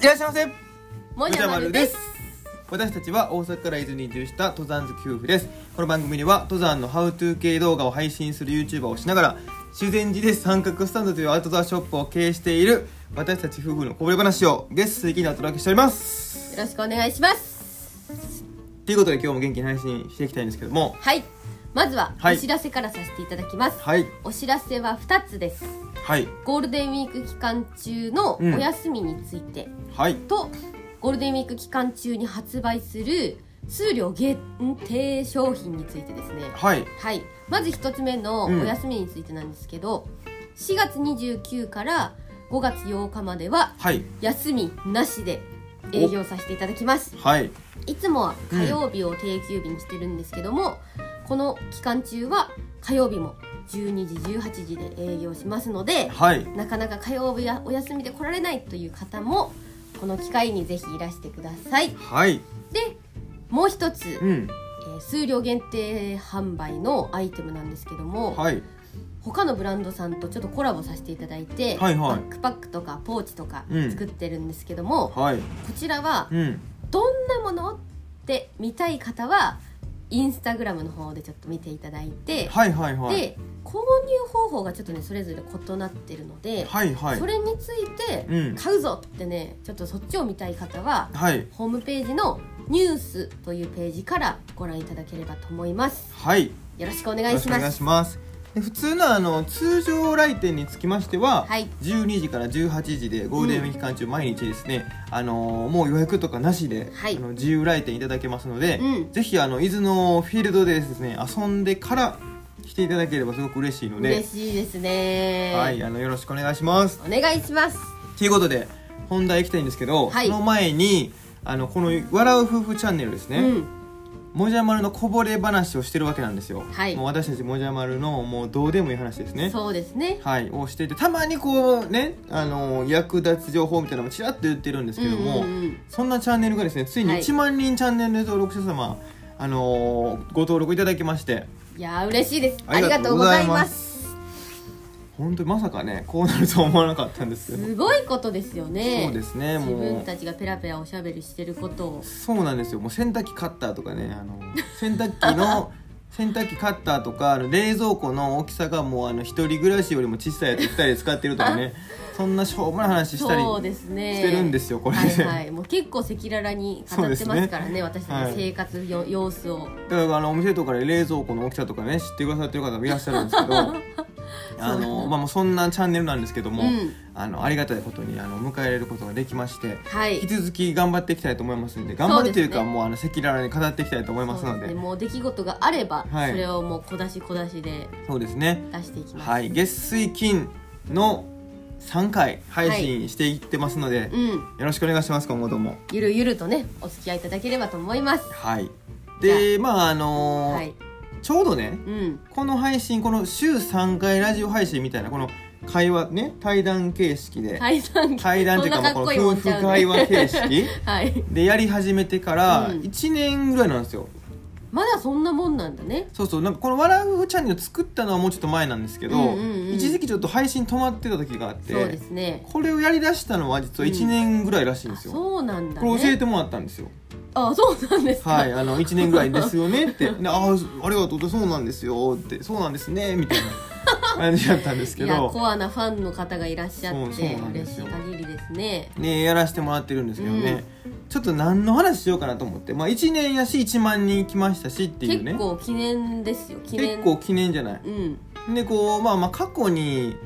いらっしゃいませもじゃまるです私たちは大阪から伊豆に移住した登山好き夫婦ですこの番組では登山のハウトゥー系動画を配信する YouTuber をしながら修善寺で三角スタンドというアウトドアショップを経営している私たち夫婦のこぼれ話を月水金でお届けしておりますよろしくお願いしますということで今日も元気に配信していきたいんですけどもはいまずははいお知らせからさせていただきます、はいお知らせは2つですはいゴールデンウィーク期間中のおうん休みについてはいと、ゴールデンウィーク期間中に発売する数量限定商品についてですねはいはいまず1つ目のおうん休みについてなんですけど、4月29から5月8日までははい休みなしで営業させていただきますはいいつもは火曜日を定休日にしてるんですけども、この期間中は火曜日も12時18時で営業しますのではいなかなか火曜日やお休みで来られないという方もこの機会にぜひいらしてくださいはいでもう一つ、えうんー数量限定販売のアイテムなんですけども、はい他のブランドさんとちょっとコラボさせていただいて、はいはいバックパックとかポーチとかうん作ってるんですけども、こはいちらはうんどんなものって見たい方はインスタグラムの方でちょっと見ていただいて、はいはいはいで購入方法がちょっとねそれぞれ異なってるので、はいはいそれについてうん買うぞってねちょっとそっちを見たい方ははいホームページの「ニュース」というページからご覧いただければと思いますはいよろしくおよ願いろししくおま願いすしますで普通のあの通常来店につきましては、はい12時から18時でゴールデンウィーク期間中毎日ですね、あのーもう予約とかなしで、はいあの自由来店いただけますので、うんぜひあの伊豆のフィールドでですね遊んでから来ていただければすごく嬉しいので嬉、しいですね、はい、あのよろしくお願いします。お願いしますということで本題行きたいんですけど、はいその前にあのこの「笑う夫婦チャンネル」ですね、うんもじゃまるのこぼれ話をしてるわけなんですよ、はいもう私たちもじゃまるのもうどうでもいい話ですねそうですねはいをしていてたまにこうねあの役立つ情報みたいなのもちらっと言ってるんですけども、うんうんうんそんなチャンネルがですねついにはい1万人チャンネル登録者様、あのーご登録いただきましていやー嬉しいですあありりががととううごござざいいまます本当にまさかねこうなるとは思わなかったんですけどすごいことですよねそうですね自分もたちがペラペラおしゃべりしてることをうそうなんですよもう洗濯機買ったとかねあの洗濯機 の洗濯機買ったとかあの冷蔵庫の大きさがもうあの一人暮らしよりも小さいやつ2人で使ってるとか ねそんなしょうもない話したりそうですねしてるんですよこれはいではいもう結構赤裸々に語ってますからね私たちはいの生活よ、様子をだからあのお店とかで冷蔵庫の大きさとかね知ってくださってる方もいらっしゃるんですけ どあの、まあ、もうそんなチャンネルなんですけども、うんあのありがたいことにあの迎え入れることができましては引いき続き頑張っていきたいと思いますんで頑張るというかそうですねもうあの赤裸々に語っていきたいと思いますそうのですでねもう出来事があれば、はいそれをもう小出し小出しでそうですね出していきます、はい月水金の3回配信していってますので、ようんろしくお願いします今後ともゆるゆるとねお付き合いいただければと思いますはいでまああのーはいちょうどね、うんこの配信この週3回ラジオ配信みたいなこの会話ね対談形式で、対談対談っていうかまあここんなかっこいいのも夫んちゃう婦ね会話形式 はいでやり始めてからうん1年ぐらいなんですよ、まだそんなもんなんだねそうそうなんかこの「笑うチャンネル」作ったのはもうちょっと前なんですけど、うんうんうん一時期ちょっと配信止まってた時があってそうですねこれをやりだしたのは実は1年ぐらいらしいんですよ、そうなんだ、ね、これ教えてもらったんですよあそうなんですか、はい、あの1年ぐらいですよね って「でああありがとうそうなんですよ」って「そうなんですね」みたい な感じだったんですけいやどコアなファンの方がいらっしゃってそうそうなんで嬉すしいよ限りですねね、やらせてもらってるんですけどね、ちょっと何の話しようかなと思って、まあ、1年やし1万人来ましたしっていうね結構記念ですよ記念結構記念じゃないうんでこう、まあ、まあ過去に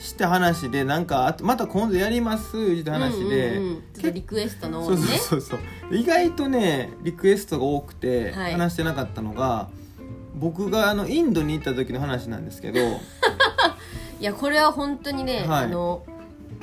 した話でなんかあとまた今度やりますって話で、うんうんうんちょっとリクエストの多そいうねそうそうそう意外とねリクエストが多くてはい話してなかったのが、僕があのインドに行った時の話なんですけ どいやこれは本当にね、はいあの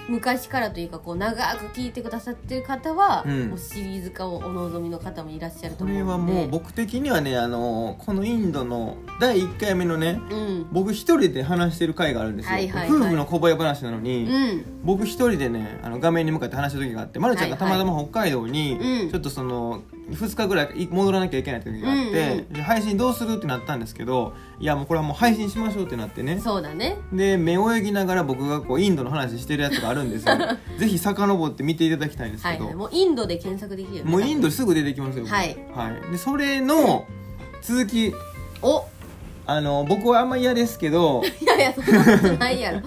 昔からというかこう長く聞いてくださってる方は、うんもうシリーズ化をお望みの方もいらっしゃること思うのれではもう僕的にはねあのこのインドの第1回目のねうん僕一人で話してる回があるんですよ、はいはいはい夫婦のこぼれ話なのに、うん僕一人でねあの画面に向かって話した時があってまるちゃんがたまたま北海道に、はいはいうんちょっとその2日ぐらいい戻らなきゃいけない時があって、うんうで配信どうするってなったんですけどいやもうこれはもう配信しましょうってなってねそうだねで目泳ぎながら僕がこうインドの話してるやつがあるん ですよぜひ遡って見ていただきたいんですはけい、ど、はい、もうインドで検索できるよねもうインドすぐ出てきますよ、はいでそれの続きおあの僕はあんま嫌ですけどいやいやそんなことないやろ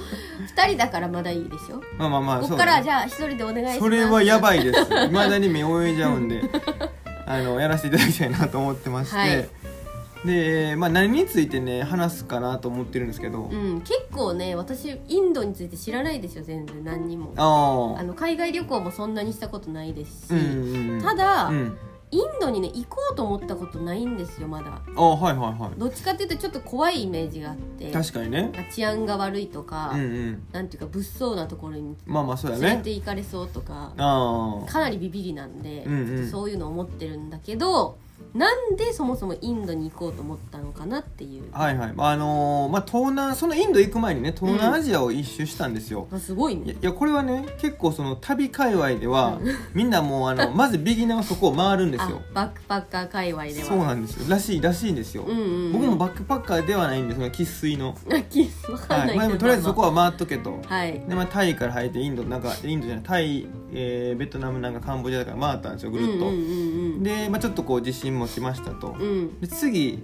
二人だからまだいいでしょまあまあまあこそっうからねじゃあ一人でお願いしますそれはやいばいですいまだに目泳いじゃうんであのやらせていただきたいなと思ってまして、はいで、まあ、何についてね話すかなと思ってるんですけど、うん結構ね私インドについて知らないですよ全然何にもああの海外旅行もそんなにしたことないですし、あうんうんうんただ、うん、インドにね行こうと思ったことないんですよまだあはいはいはどっちかっていうとちょっと怖いイメージがあってい確かにねなんか治安が悪いとか、うんうんなんていうか物騒なところにまあまあそうだ連ねれて行かれそうとかああかなりビビりなんで、うんうんちょっとそういうのを持ってるんだけどなんでそもそもインドに行こうと思ったのかなっていうはいはいあのーまあ東南そのインド行く前にね東南アジアを一周したんですよ、あすごいいやねいやこれはね結構その旅界隈では、みんなもうあのまずビギナーはそこを回るんですあよバックパッカー界隈ではそうなんですよらしいらしいんですよ、うんうんうん、僕もバックパッカーではないんですが生粋の、ッキーわかんはないいまあ、けでもどとりあえずそこは回っとけと、はいでまあ、タイから入ってインドなんかインドじゃないタイ、えーベトナムなんかカンボジアだから回ったんですよぐるっと、うんうんうんうんで、まあ、ちょっとこう自信もしましたと、うんで次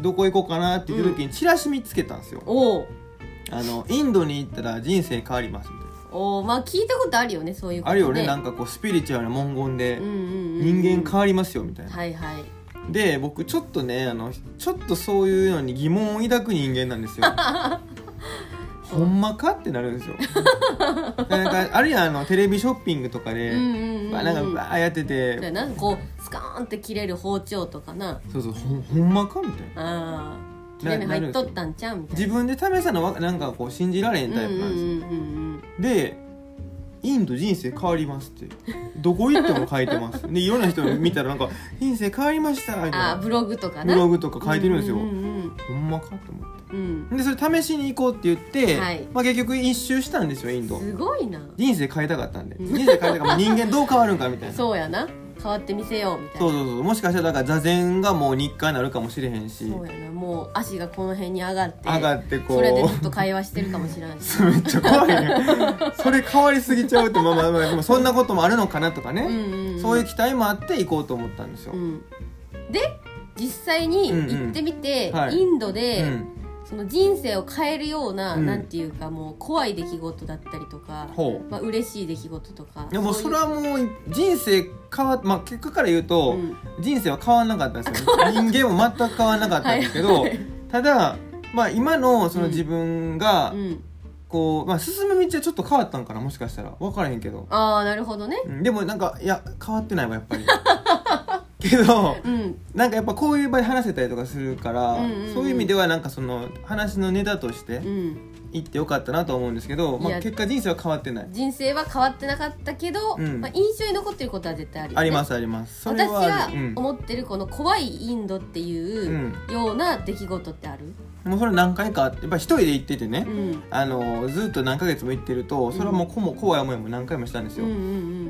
どこ行こうかなって言った時にチラシ見つけたんですよ、おうあのインドに行ったら人生変わりますみたいなおうまあ聞いたことあるよねそういうことあるよねなんかかこうスピリチュアルな文言で、人人間変わりますよみたいな、はいはいで僕ちょっとねあのちょっとそういうのに疑問を抱く人間なん ですよほんまかってなるんですよなんかあるいはあのテレビショッピングとかで、うんうんうんまあ、なんかうわーやってそうてやなんかこうスカーンって切れる包丁とかなそうそうほんほんまかみたいなあー切れ目ななる入んっですよとったんちゃうみたい自分で試したのはなんかこう信じられへんなタイプなんですよ、うんうんうんでインド人生変わりますってどこ行っても書いてますでいろんな人見たらなんか「人生変わりました」みうんあたーいブなログとかブなログとか書いてるんですよ、うんうんほんまかと思ってうんうんでそれ試しに行こうって言って、はいまあ、結局一周したんですよインうドんすごいな人生変えたかったんで人生変えたからもう人間どう変わるんかみたいなそうやな変わってみせようみたいそうなそうそうもしかしたらだから座禅がもう日課になるかもしれへんしそうやなもう足がこの辺に上がって上がってこうそれでずっと会話してるかもしれない しめっちゃ怖いねそれ変わりすぎちゃうってまあまあまあでもそんなこともあるのかなとかね、うんうんうんそういう期待もあって行こうと思ったんですよ、うん、で実際に行ってみて、うんうんはいインドで、うんその人生を変えるような、うんなんていうかもう怖い出来事だったりとか、ほまあ嬉しい出来事とかういやもうそそうれいうはもう人生変わっまあ結果から言うと、うん人生は変わらなかったん ですよ人間も全く変わらなかったんですけど、はいただまあ今のその自分がうん、こう、まあ、進む道はちょっと変わったんかなもしかしたら分からへんけど、ああなるほどねうんでもなんかいや変わってないわやっぱ りけどうんなんかやっぱこういう場で話せたりとかするから、うんうんうんそういう意味ではなんかその話のネタとしてうん行ってよかったなとは思うんですけど、いまあ、や結果人生は変わってない人生は変わってなかったけど、うんまあ、印象に残ってることは絶対あるよ、ね、ありますすありますそれ私はあがるうん、思ってるこの怖いインドっていうような出来事ってある、もうそれ何回かあってやっぱ一人で行っててね、うんあのずっと何ヶ月も行ってるとそれはもうこも怖い思いも何回もしたんですうんうよ、んう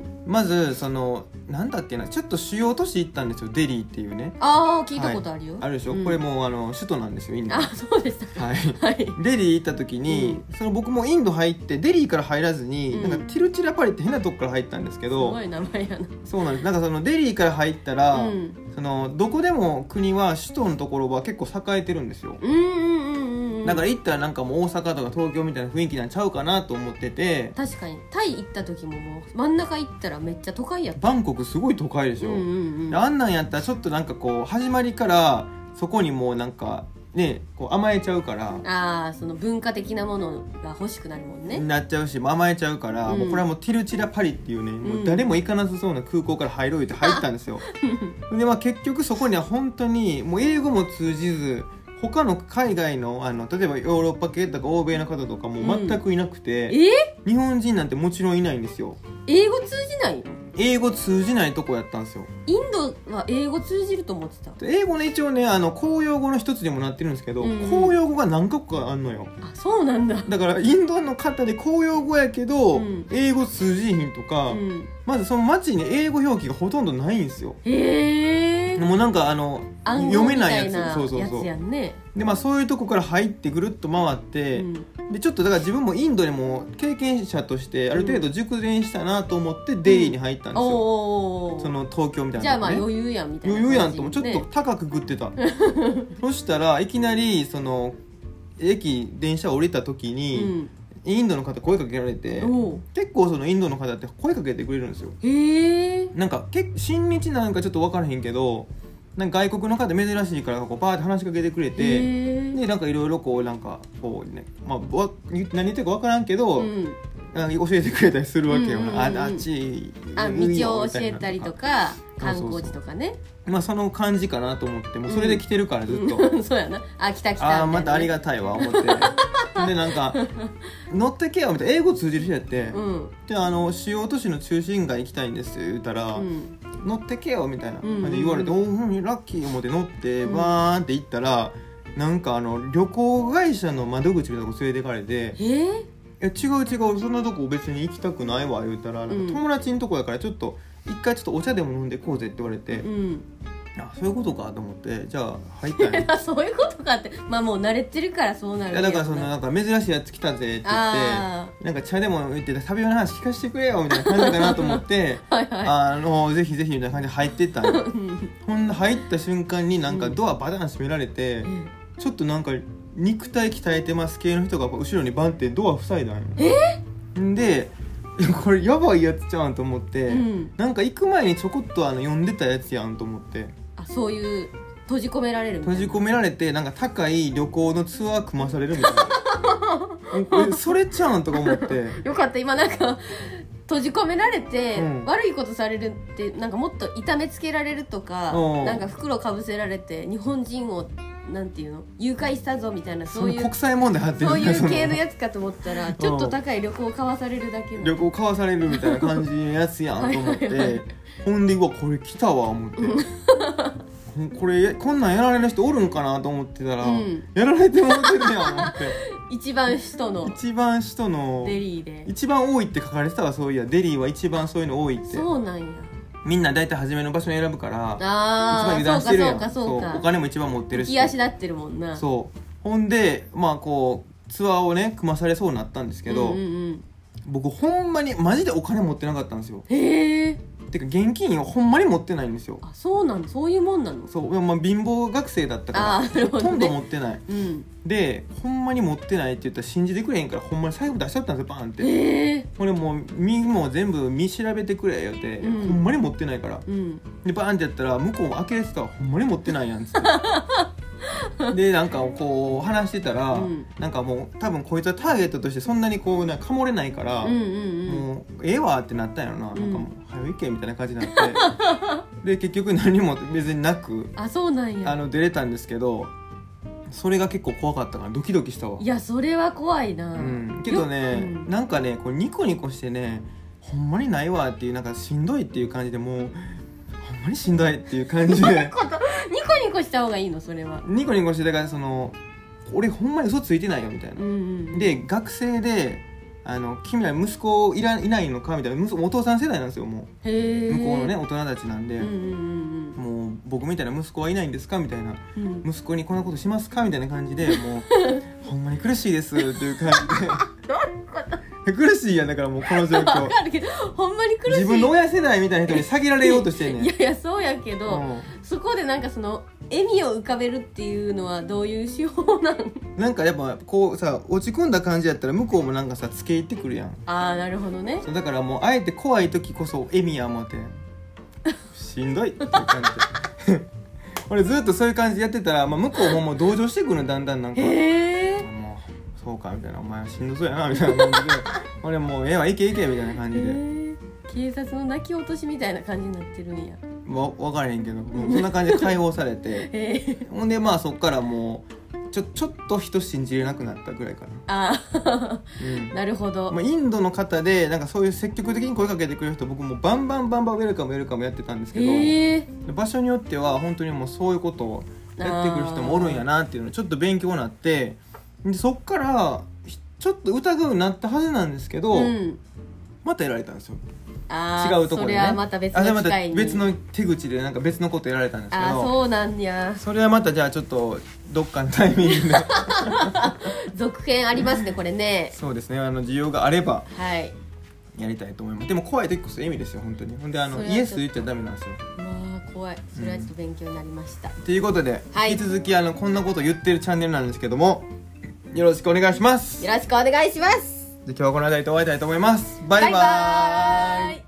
ん、まずそのなんだっけなちょっと主要都市行ったんですよデリーっていうねああ聞いたことあるよ、あるでしょ、うんこれもうあの首都なんですよインドあはそうでしたいはいデリー行った時に、その僕もインド入ってデリーから入らずに、うんなんかティルチラパリって変なとこから入ったんですけすどごい名前やなそうなんですなんかそのデリーから入ったら、うんそのどこでも国は首都のところは結構栄えてるんですよ、うんうんうんうんうんだから行ったらなんかもう大阪とか東京みたいな雰囲気なんちゃうかなと思ってて確かにタイ行った時ももう真ん中行ったらめっちゃ都会やっバンコクすごい都会でしたょ、うんうんうんあんなんやったらちょっとなんかこう始まりからそこにもうなんかねこう甘えちゃうからああその文化的なものが欲しくなるもんねなっちゃうしもう甘えちゃうから、うんもうこれはもうティルチラパリっていうねもう誰も行かなさそうな空港から入ろうって入ったん ですよ、でまあ結局そこには本当にもう英語も通じず他の海外のあの例えばヨーロッパ系とか欧米の方とかも全くいなくて、え日本人なんてもちろんいないんですよ英語通じないよ英語通じないとこやったんですよインドは英語通じると思ってた英語ね一応ねあの公用語の一つにもなってるんですけど、うん公用語が何個かあんのよあそうなんだだからインドの方で公用語やけど、うん英語通じひんとか、うんまずその街に英語表記がほとんどないんですよへえもうなんかあの暗読号みめなたいいなやつそうそうやそつうやんねでまあそういうとこから入ってぐるっと回って、うんでちょっとだから自分もインドでも経験者としてある程度熟練したなと思ってデリーに入ったんですよ、おーその東京みたいなとこねじゃあまあ余裕やんみたいな余裕やんともちょっ感とじ高く食って た、そしたらいきなりその駅電車降りた時ねに、インドの方声かけられてうんおー結構そのインドの方って声かけてくれるんですよへえなんか結親日なんかちょっと分からへんけどなんか外国の方珍しいからこうバーって話しかけてくれてでなんかいろいろこうなんかこうね、まあ、わ何言ってるか分からんけど、うん、なんか教えてくれたりするわけよ、うんうんうんああっちあいいよ道を教えたりとかみたいな観のとか光地とかねまあその感じかなと思ってもうそれで来てるからずっと、 そうやなあ来た来たああまたありががたいわ思ってでなんか「乗ってけよ」みたいな英語通じる人やって「うんであの主要都市の中心街行きたいんです」言うたら「うん乗ってけよ」みたいなうんうんうんまで言われて「おおうんラッキー」思って乗ってうんバーンって行ったら。なんかあの旅行会社の窓口みたいなとこ連れてかれてえー、 「いや違う違う俺そんなとこ別に行きたくないわ」言うたら「なんか友達のとこやからちょっと一回ちょっとお茶でも飲んでこうぜ」って言われてうん、 「あそういうことか」と思って「じゃあ入ったんや」あ そういうことかってまあもう慣れてるからそうないるやだからそのあなんか珍しいやつ来たぜって言っあてなんか茶でも言って旅の話聞かせてくれよみたいな感じかなと思ってーはい はいあのぜひぜひみたいな感じで入ってったん ようんほんで入った瞬間になんかドアバタン閉められてうんちょっとなんか肉体鍛えてます系の人が後ろにバンってドア塞いだんよんでこれやばいやつちゃうんと思って、うんなんか行く前にちょこっとあの呼んでたやつやんと思ってあそういう閉じ込められるみたい閉なじ込められてなんか高い旅行のツアー組まされるみたいな えそれちゃうんとか思ってよかった今なんか 閉じ込められて、うん悪いことされるってなんかもっと痛めつけられるとか、うんなんか袋かぶせられて日本人をなんていうの誘拐したぞみたいなそそうのい国う際問題発展そういそうの系のやつかと思ったらちょっと高い旅行を買わされるだけの旅行買わされるみたいな感じのやつやんと思っはいはい てほんでうわこれ来たわ思って。これこんなんやられる人おるんかなと思ってたら、うんやられてもらってるやん思って一番首都の一番人のデリーで一番多いって書かれてたわそういやデリーは一番そういうの多いってそうなんやみんな大体初めの場所に選ぶから一番あ油あ断してるやんそうかそうかそうそおうか金も一番持ってる浮しき足立ってるもんなうそうほんでまあこうツアーをね組まされそうになったんですけど、んうんうん、僕ほんまにマジでお金持ってなかったんですよへえてか現金をほんまに持ってないんですよあそうなのそういうもんなのそう、まあ、貧乏学生だったあかーなるらほほどとんどね持ってないうんでほんまに持ってないって言ったら信じてくれへんからほんまに財布出しちゃったんですよバンってへえこれもう身も全部見調べてくれよって、うんほんまに持ってないからうんでバーンってやったら向こうも開けれてたわほんまに持ってないやんっつって でなんかこう話してたら、うんなんかもう多分こいつはターゲットとしてそんなにこうなんかかもれないから、うんうんうんもうええわってなったんやろな,、なんんかもう「早いけ」みたいな感じになってで結局何も別になくあそうなんあやの出れたんですけどそれが結構怖かったからドキドキしたわいやそれは怖いな、うん、けどね、ようんなんかねこうニコニコしてねほんまにないわっていうなんかしんどいっていう感じでもうほんまにしんどいっていう感じでニコニコした方がいいのそれはニコニコしてだからその俺ほんまに嘘ついてないよみたいうんな。うんで学生であの君ら息子いらいないのかみたいな息子お父さん世代なんですよもへうえ向こうのね大人たちなんで、うんうんもう僕みたいな息子はいないんですかみたいなうんうんうん息子にこんなことしますかみたいな感じでもう ほんまに苦しいですっていう感じで苦しいやんだからもうこの状況わかるけどほんまに苦しい自分の親世代みたいな人に下げられようとしてんねんいやいやそうやけど、うそこでなんかその笑みを浮かべるっていうのはどういう手法なん ん、なんかやっぱこうさ落ち込んだ感じやったら向こうもなんかさつけ入ってくるやんああなるほどねそうだからもうあえて怖い時こそ笑みや思てしんどいっていう感じで 俺ずっとそういう感じでやってたら、まあ、向こうももう同情してくるのだんだんなんかへえもうそうかみたいなお前はしんどそうやなみたいな感 じで俺もうええわいけいけみたいな感じで警察の泣き落としみたいな感じになってるんやわ分からへんけどもうそんな感じで解放されてへえほんでまあそっからもうちょちょっと人信じれなくなったぐらいかな、ああうん なるほど、まあ、インドの方でなんかそういう積極的に声かけてくれる人僕もうバンバンバンバンウェルカムウェルカムやってたんですけど、へえ場所によっては本当にもうそういうことをやってくる人もおるんやなっていうのをちょっと勉強になってでそっからひちょっと疑うようになったはずなんですけど、うん、またやられたんですよあー違うところで、ね、それはまた別あそれのま機会に別の手口でなんか別のことやられたんですけあーどそうなんやそれはまたじゃあちょっとどっかのタイミングで 続編ありますねこれねそうですねあの需要があればはいやりたいと思いますでも怖い時こそ意味ですよ本当にほんであそのれはイちょエっとス言っちゃダメなんですよまあ怖いそれはちょっと勉強になりました、ということで、はい引き続きあのこんなこと言ってるチャンネルなんですけどもよろしくお願いしますよろしくお願いしますで今日はこの辺りで終わりたいと思いますバイババイバーイーイ